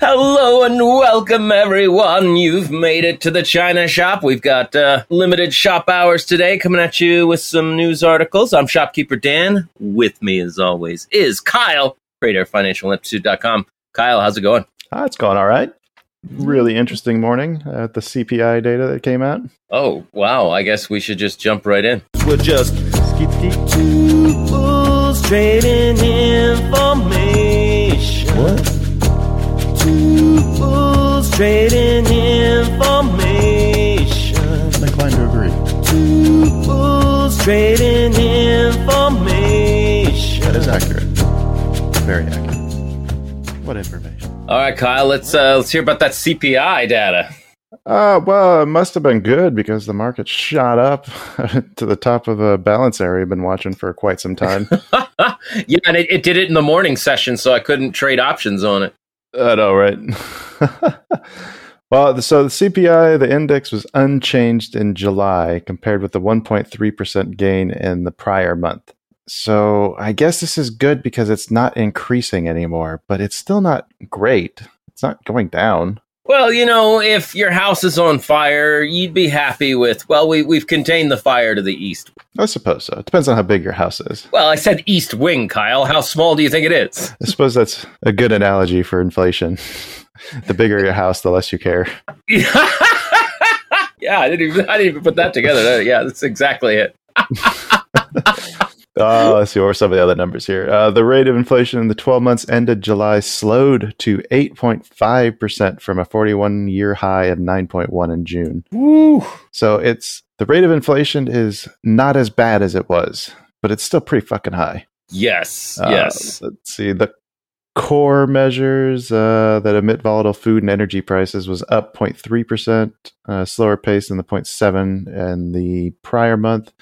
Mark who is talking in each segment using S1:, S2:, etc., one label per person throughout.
S1: Hello and welcome, everyone. You've made it to the China Shop. We've got uh, limited shop hours today coming at you with some news articles. I'm shopkeeper Dan. With me, as always, is Kyle, creator of financialinstitute.com. Kyle, how's it going?
S2: Ah, it's going all right. Really interesting morning at the CPI data that came out.
S1: Oh, wow. I guess we should just jump right in.
S3: We're just skip two fools trading information. What? Two fools trading information.
S2: I'm inclined to agree.
S3: Two fools trading
S2: That
S3: information.
S2: is accurate. Very accurate. What information?
S1: All right, Kyle, let's uh, let's hear about that CPI data.
S2: Uh, well, it must have been good because the market shot up to the top of a balance area I've been watching for quite some time.
S1: yeah, and it, it did it in the morning session, so I couldn't trade options on it.
S2: I know, right? well, the- so the CPI, the index was unchanged in July compared with the 1.3% gain in the prior month. So I guess this is good because it's not increasing anymore, but it's still not great. It's not going down.
S1: Well, you know, if your house is on fire, you'd be happy with, well, we, we've contained the fire to the east.
S2: I suppose so. It depends on how big your house is.
S1: Well, I said east wing, Kyle. How small do you think it is?
S2: I suppose that's a good analogy for inflation. the bigger your house, the less you care.
S1: yeah, I didn't, even, I didn't even put that together. That- Yeah, that's exactly it.
S2: Uh, let's see what were some of the other numbers here. Uh, the rate of inflation in the 12 months ended July slowed to 8.5% from a 41 year high of 9.1 in June. So it's the rate of inflation is not as bad as it was, but it's still pretty fucking high.
S1: Yes,
S2: Uh,
S1: yes.
S2: Let's see. The core measures uh, that emit volatile food and energy prices was up 0.3%, uh, slower pace than the 0.7 in the prior month.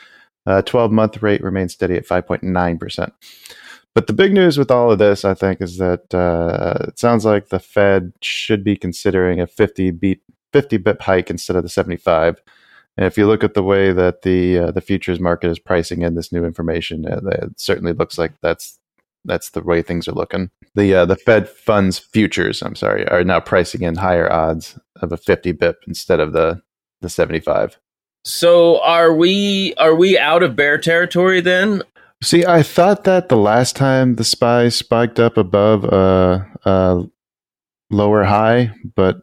S2: Uh, 12-month rate remains steady at 5.9%. But the big news with all of this, I think, is that uh, it sounds like the Fed should be considering a 50 beat 50 bip hike instead of the 75. And if you look at the way that the uh, the futures market is pricing in this new information, uh, it certainly looks like that's that's the way things are looking. The uh, the Fed funds futures, I'm sorry, are now pricing in higher odds of a 50 bip instead of the the 75.
S1: So are we are we out of bear territory then?
S2: See, I thought that the last time the spy spiked up above a uh, uh, lower high, but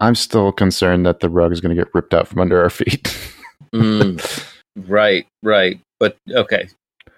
S2: I'm still concerned that the rug is going to get ripped out from under our feet.
S1: Mm, right, right. But okay.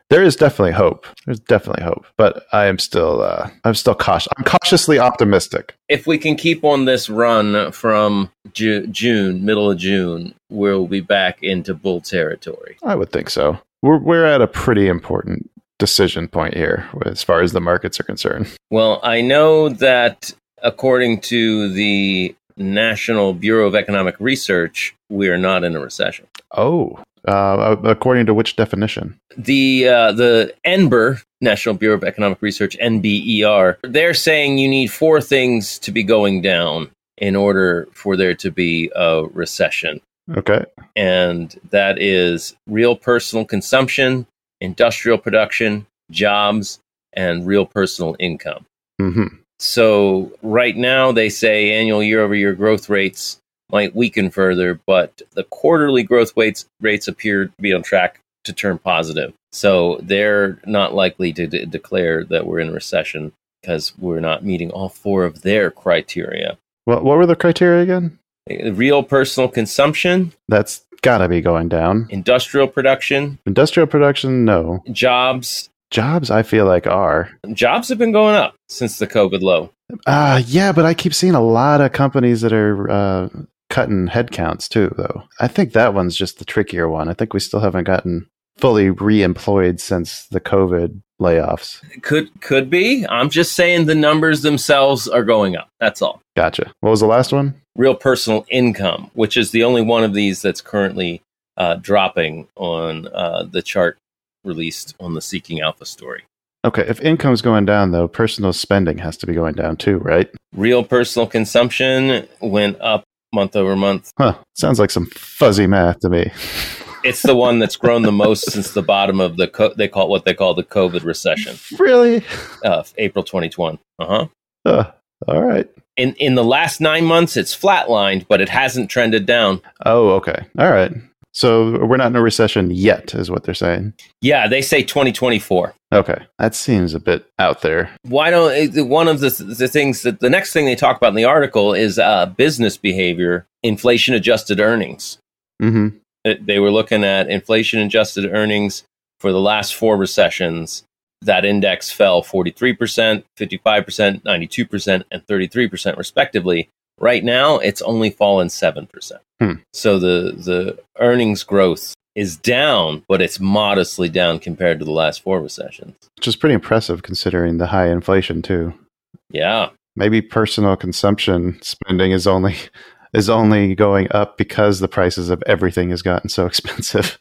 S2: there is definitely hope. There's definitely hope, but I am still uh, I'm still cautious. I'm cautiously optimistic.
S1: If we can keep on this run from Ju- June, middle of June, we'll be back into bull territory.
S2: I would think so. We're we're at a pretty important decision point here as far as the markets are concerned.
S1: Well, I know that according to the National Bureau of Economic Research, we are not in a recession.
S2: Oh, uh, according to which definition?
S1: The uh, the NBER National Bureau of Economic Research NBER they're saying you need four things to be going down in order for there to be a recession,
S2: Okay.
S1: and that is real personal consumption, industrial production, jobs, and real personal income.
S2: hmm
S1: So right now they say annual year-over-year growth rates might weaken further, but the quarterly growth rates rates appear to be on track to turn positive. So they're not likely to de- declare that we're in a recession because we're not meeting all four of their criteria.
S2: What what were the criteria again?
S1: Eh, Real personal consumption,
S2: That's got to be going down.
S1: industrial production,
S2: Industrial production, no.
S1: jobs,
S2: Jobs, I feel like are.
S1: Jobs have been going up since the COVID low.
S2: Uh, yeah, but I keep seeing a lot of companies that are uh, cutting headcounts too, though. I think that one's just the trickier one. I think we still haven't gotten fully re employed since the COVID layoffs.
S1: Could could be. I'm just saying the numbers themselves are going up. That's all.
S2: Gotcha. What was the last one?
S1: Real personal income, which is the only one of these that's currently uh, dropping on uh, the chart released on the Seeking Alpha story.
S2: Okay, if income's going down though, personal spending has to be going down too, right?
S1: Real personal consumption went up month over month.
S2: Huh. Sounds like some fuzzy math to me.
S1: It's the one that's grown the most since the bottom of the co- they call it what they call the COVID recession,
S2: really?
S1: uh, April 2021. Uh huh.
S2: Huh. all right.
S1: In in the last nine months, it's flatlined, but it hasn't trended down.
S2: Oh, okay. All right. So we're not in a recession yet, is what they're saying.
S1: Yeah, they say 2024.
S2: Okay. That seems a bit out there.
S1: Why don't it- one of the the things that the next thing they talk about in the article is uh, business behavior, inflation adjusted earnings.
S2: hmm
S1: it- they were looking at inflation adjusted earnings for the last four recessions. That index fell 43%, 55%, 92%, and 33% respectively. Right now, it's only fallen 7%.
S2: Hmm.
S1: So the, the earnings growth is down, but it's modestly down compared to the last four recessions.
S2: Which is pretty impressive considering the high inflation too.
S1: Yeah.
S2: Maybe personal consumption spending is only is only going up because the prices of everything has gotten so expensive.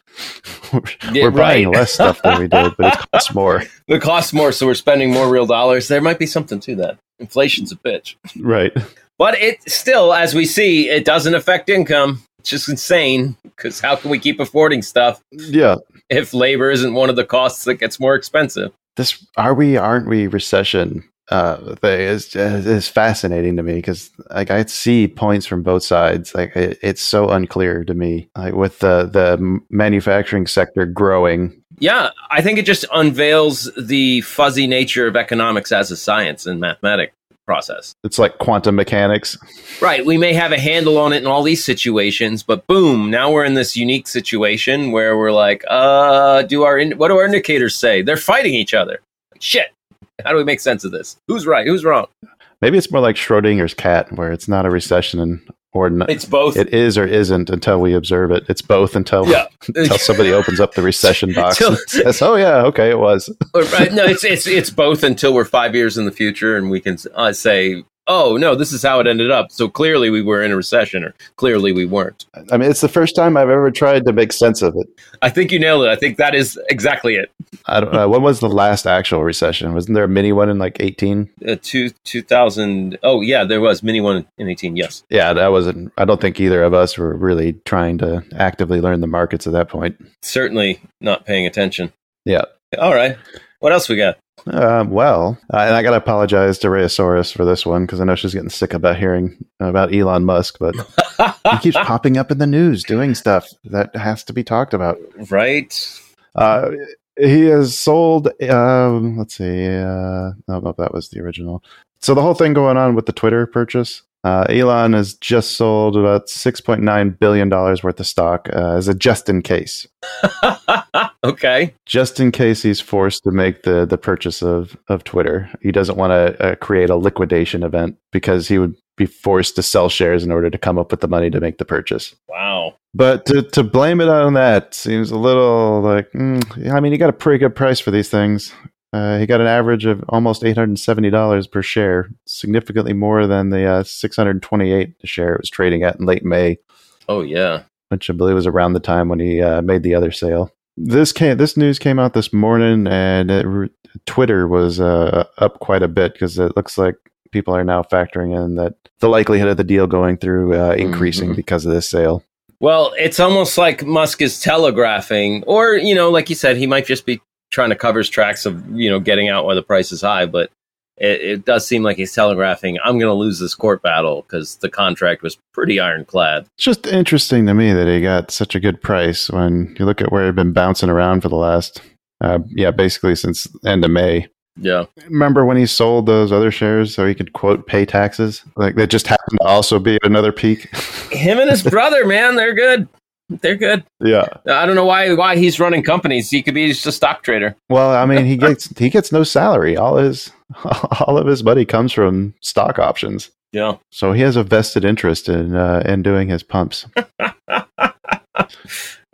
S2: we're
S1: Yeah,
S2: we're buying
S1: right.
S2: less stuff than we did, but it costs more.
S1: It costs more, so we're spending more real dollars. There might be something to that. Inflation's a bitch.
S2: Right.
S1: But it still, as we see, it doesn't affect income. It's just insane because how can we keep affording stuff
S2: Yeah.
S1: if labor isn't one of the costs that gets more expensive?
S2: this are we aren't we recession uh thing is is fascinating to me because like i see points from both sides like it, it's so unclear to me like with the the manufacturing sector growing
S1: Yeah, I think it just unveils the fuzzy nature of economics as a science and mathematic process.
S2: it's like quantum mechanics
S1: Right, we may have a handle on it in all these situations, but boom, now we're in this unique situation where we're like, uh, do our in- what do our indicators say? They're fighting each other. Shit. How do we make sense of this? Who's right? Who's wrong?
S2: maybe it's more like schrodinger's cat where it's not a recession and or not
S1: It's both.
S2: it is or isn't until we observe it. It's both until
S1: Yeah.
S2: until somebody opens up the recession box
S1: Till-
S2: and says, "Oh yeah, okay, it was."
S1: Or, right, no, it's it's it's both until we're five years in the future and we can uh, say, oh no, this is how it ended up. So clearly we were in a recession, or clearly we weren't.
S2: I mean, it's the first time I've ever tried to make sense of it.
S1: I think you nailed it. I think that is exactly it.
S2: I don't know. When was the last actual recession? Wasn't there a mini one in like 18?
S1: Uh, two two thousand. Oh yeah, there was mini one in eighteen. Yes,
S2: Yeah, that wasn't. I don't think either of us were really trying to actively learn the markets at that point.
S1: certainly not paying attention.
S2: Yeah.
S1: All right. What else we got?
S2: Um, well, uh, and I got to apologize to Rheosaurus for this one because I know she's getting sick about hearing about Elon Musk, but he keeps popping up in the news doing stuff that has to be talked about.
S1: right.
S2: Uh, he has sold. Um, let's see. Uh, no, no, that was the original. So the whole thing going on with the Twitter purchase. Uh, Elon has just sold about six point nine billion dollars worth of stock uh, as a just in case,
S1: okay.
S2: just in case he's forced to make the the purchase of of Twitter. He doesn't want to uh, create a liquidation event because he would be forced to sell shares in order to come up with the money to make the purchase.
S1: Wow.
S2: But to, to blame it on that seems a little like, mm, yeah, I mean, he got a pretty good price for these things. Uh, he got an average of almost $870 per share, significantly more than the uh, 628 a share it was trading at in late May,
S1: Oh yeah.
S2: which I believe was around the time when he uh, made the other sale. This came, this news came out this morning, and it, re- Twitter was uh, up quite a bit because it looks like people are now factoring in that the likelihood of the deal going through uh, increasing
S1: Mhm.
S2: because of this sale.
S1: Well, it's almost like Musk is telegraphing, or you know, like you said, he might just be trying to cover his tracks of you know getting out while the price is high. But it, it does seem like he's telegraphing, "I'm going to lose this court battle because the contract was pretty ironclad."
S2: It's just interesting to me that he got such a good price when you look at where he'd been bouncing around for the last, uh, yeah, basically since end of May.
S1: Yeah,
S2: Remember when he sold those other shares so he could quote pay taxes? Like that just happened to also be at another peak.
S1: him and his brother, man, they're good. They're good.
S2: Yeah.
S1: I don't know why why he's running companies. He could be just a stock trader.
S2: Well, I mean, he gets he gets no salary. All his all of his money comes from stock options.
S1: Yeah.
S2: So he has a vested interest in uh, in doing his pumps.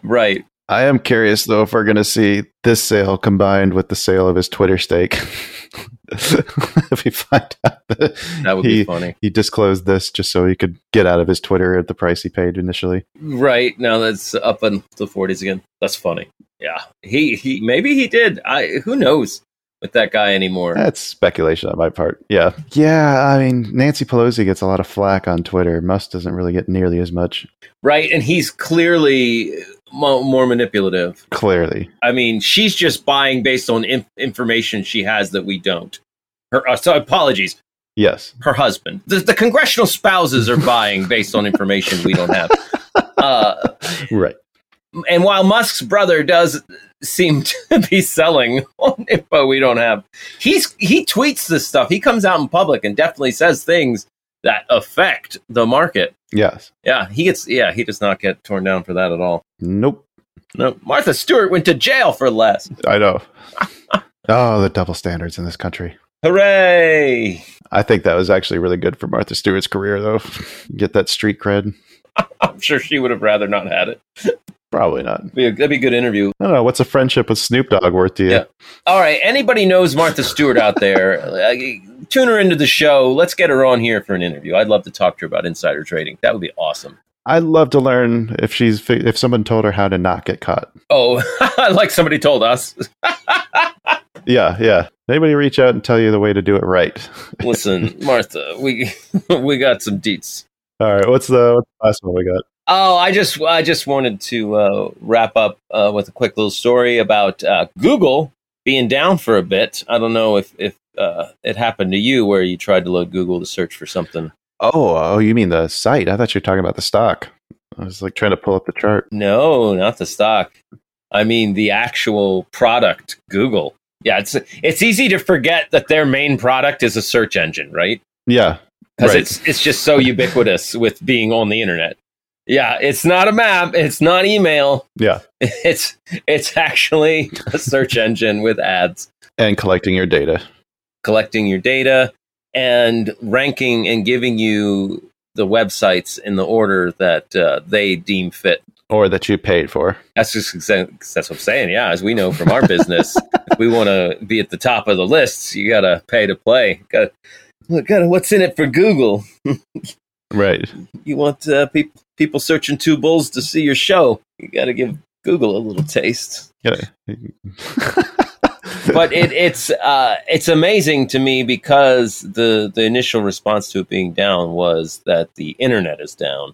S1: Right.
S2: I am curious though if we're going to see this sale combined with the sale of his Twitter stake. if we find out that,
S1: That would
S2: he,
S1: be funny.
S2: he disclosed this just so he could get out of his Twitter at the price he paid initially.
S1: Right. Now that's up in the forties again. That's funny. Yeah. He he maybe he did. I who knows with that guy anymore.
S2: That's speculation on my part. Yeah, yeah. I mean, Nancy Pelosi gets a lot of flack on Twitter. Musk doesn't really get nearly as much.
S1: Right. And he's clearly mo- more manipulative.
S2: Clearly,
S1: I mean, she's just buying based on in- information she has that we don't. Her uh, so apologies.
S2: yes.
S1: Her husband, the, the congressional spouses are buying based on information we don't have. Uh,
S2: Right.
S1: and while Musk's brother does seem to be selling on info we don't have, he's he tweets this stuff. He comes out in public and definitely says things that affect the market.
S2: Yes.
S1: Yeah, he gets. Yeah, he does not get torn down for that at all.
S2: Nope.
S1: No, Martha Stewart went to jail for less.
S2: I know. oh, the double standards in this country.
S1: Hooray!
S2: I think that was actually really good for Martha Stewart's career, though. Get that street cred.
S1: I'm sure she would have rather not had it.
S2: Probably not.
S1: Be a- That'd be a good interview.
S2: I don't know. What's a friendship with Snoop Dogg worth to you?
S1: Yeah. All right. Anybody knows Martha Stewart out there? uh, tune her into the show. Let's get her on here for an interview. I'd love to talk to her about insider trading. That would be awesome.
S2: I'd love to learn if she's fi- if someone told her how to not get caught.
S1: Oh, like somebody told us.
S2: Yeah, yeah. Anybody reach out and tell you the way to do it right?
S1: Listen, Martha, we we got some deets.
S2: All right. What's the, what's the last one we got?
S1: Oh, I just I just wanted to uh, wrap up uh, with a quick little story about uh, Google being down for a bit. I don't know if if uh, it happened to you where you tried to load Google to search for something.
S2: Oh, oh, you mean the site? I thought you were talking about the stock. I was like trying to pull up the chart.
S1: No, not the stock. I mean the actual product, Google. Yeah, it's it's easy to forget that their main product is a search engine, right?
S2: Yeah.
S1: Because
S2: Right.
S1: it's it's just so ubiquitous with being on the internet. Yeah, it's not a map. It's not email.
S2: Yeah.
S1: It's it's actually a search engine with ads
S2: And collecting your data.
S1: collecting your data and ranking and giving you the websites in the order that uh, they deem fit
S2: Or that you paid for.
S1: That's just exa- that's what I'm saying. Yeah, as we know from our business, if we want to be at the top of the lists, you gotta pay to play. Gotta, look, gotta what's in it for Google?
S2: Right.
S1: You want uh, people people searching two bulls to see your show? You gotta give Google a little taste. But it, it's uh, it's amazing to me because the the initial response to it being down was that the internet is down,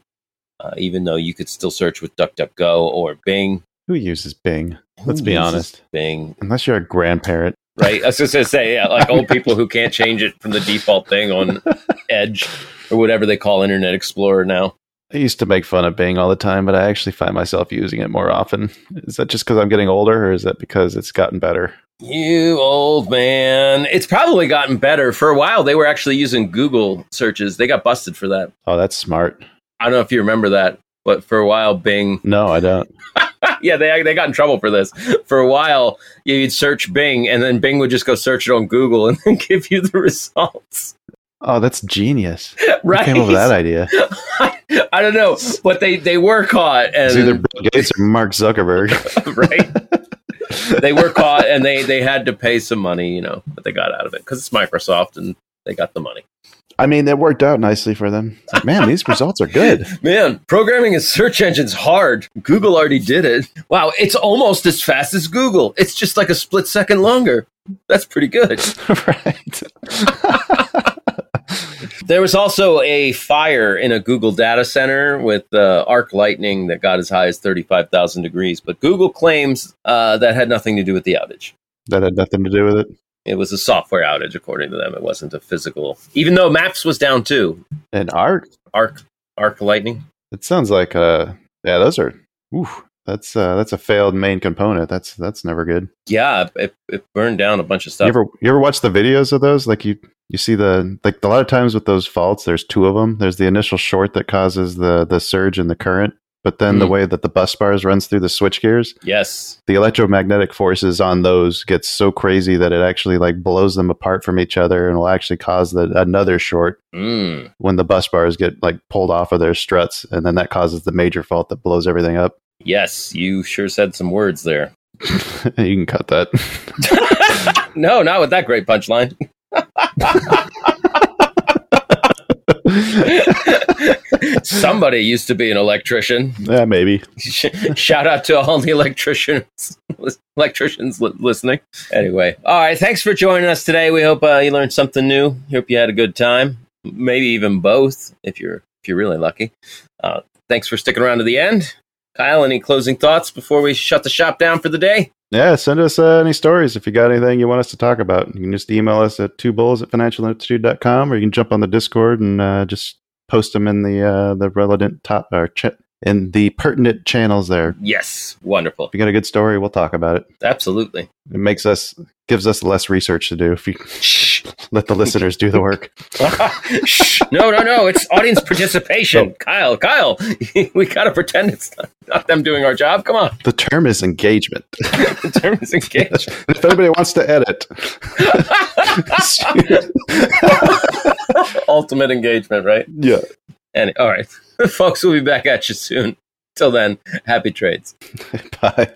S1: uh, even though you could still search with DuckDuckGo or Bing.
S2: Who uses Bing? Let's
S1: Who
S2: be
S1: uses
S2: honest.
S1: Bing
S2: Unless you're a grandparent.
S1: right? I was just gonna say, yeah, like old people who can't change it from the default thing on Edge or whatever they call Internet Explorer now.
S2: I used to make fun of Bing all the time, but I actually find myself using it more often. Is that just because I'm getting older, or is that because it's gotten better?
S1: You old man. It's probably gotten better. For a while, they were actually using Google searches. They got busted for that.
S2: Oh, that's smart.
S1: I don't know if you remember that, but for a while, Bing.
S2: No, I don't.
S1: yeah, they they got in trouble for this. For a while, you'd search Bing, and then Bing would just go search it on Google and then give you the results.
S2: Oh, that's genius. Who
S1: Right?
S2: came up with that idea?
S1: I don't know, but they they were caught. And
S2: It's either Bill Gates or Mark Zuckerberg.
S1: right? they were caught and they they had to pay some money, you know, but they got out of it because it's Microsoft and they got the money.
S2: I mean, it worked out nicely for them. It's like, man, these results are good.
S1: Man, programming a search engine's hard. Google already did it. Wow, it's almost as fast as Google. It's just like a split second longer. That's pretty good.
S2: right.
S1: There was also a fire in a Google data center with uh, arc lightning that got as high as 35,000 degrees, but Google claims uh, that had nothing to do with the outage.
S2: That had nothing to do with it.
S1: It was a software outage, according to them. It wasn't a physical. Even though Maps was down too.
S2: And art.
S1: Arc, Arc Lightning.
S2: It sounds like uh, yeah, those are. Oof, that's uh, that's a failed main component. That's that's never good.
S1: Yeah, it, it burned down a bunch of stuff.
S2: You ever you ever watch the videos of those? Like you you see the like a lot of times with those faults, there's two of them. There's the initial short that causes the the surge in the current, But then the
S1: Mm.
S2: way that the bus bars runs through the switch gears,
S1: Yes.
S2: the electromagnetic forces on those gets so crazy that it actually like blows them apart from each other and will actually cause the, another short
S1: Mm.
S2: when the bus bars get like pulled off of their struts and then that causes the major fault that blows everything up.
S1: Yes, you sure said some words there.
S2: you can cut that.
S1: no, not with that great punchline. Somebody used to be an electrician.
S2: yeah, maybe.
S1: Sh- Shout out to all the electricians, electricians li- listening. Anyway, all right. Thanks for joining us today. We hope uh, you learned something new. Hope you had a good time. Maybe even both, if you're if you're really lucky. Uh, thanks for sticking around to the end. Kyle, any closing thoughts before we shut the shop down for the day?
S2: Yeah, send us uh, any stories if you got anything you want us to talk about. You can just email us at two bulls at financialinstitute.com or you can jump on the Discord and uh, just post them in the uh, the relevant top or ch- in the pertinent channels there. If
S1: Yes, wonderful.
S2: you got a good story, we'll talk about it.
S1: Absolutely.
S2: It makes us gives us less research to do if you let the listeners do the work.
S1: Shh. No, no, no. It's audience participation. Kyle, Kyle, we got to pretend it's not, not them doing our job. Come on.
S2: The term is engagement.
S1: The term is engaged.
S2: if anybody wants to edit,
S1: Ultimate engagement, right?
S2: yeah.
S1: And all right, folks, we'll be back at you soon. Till then, happy trades.
S2: Bye.